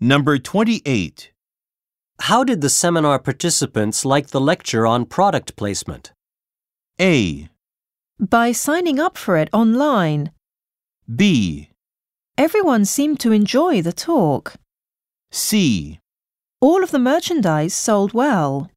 Number 28. How did the seminar participants like the lecture on product placement? A, By signing up for it online, B, everyone seemed to enjoy the talk. C. All of the merchandise sold well.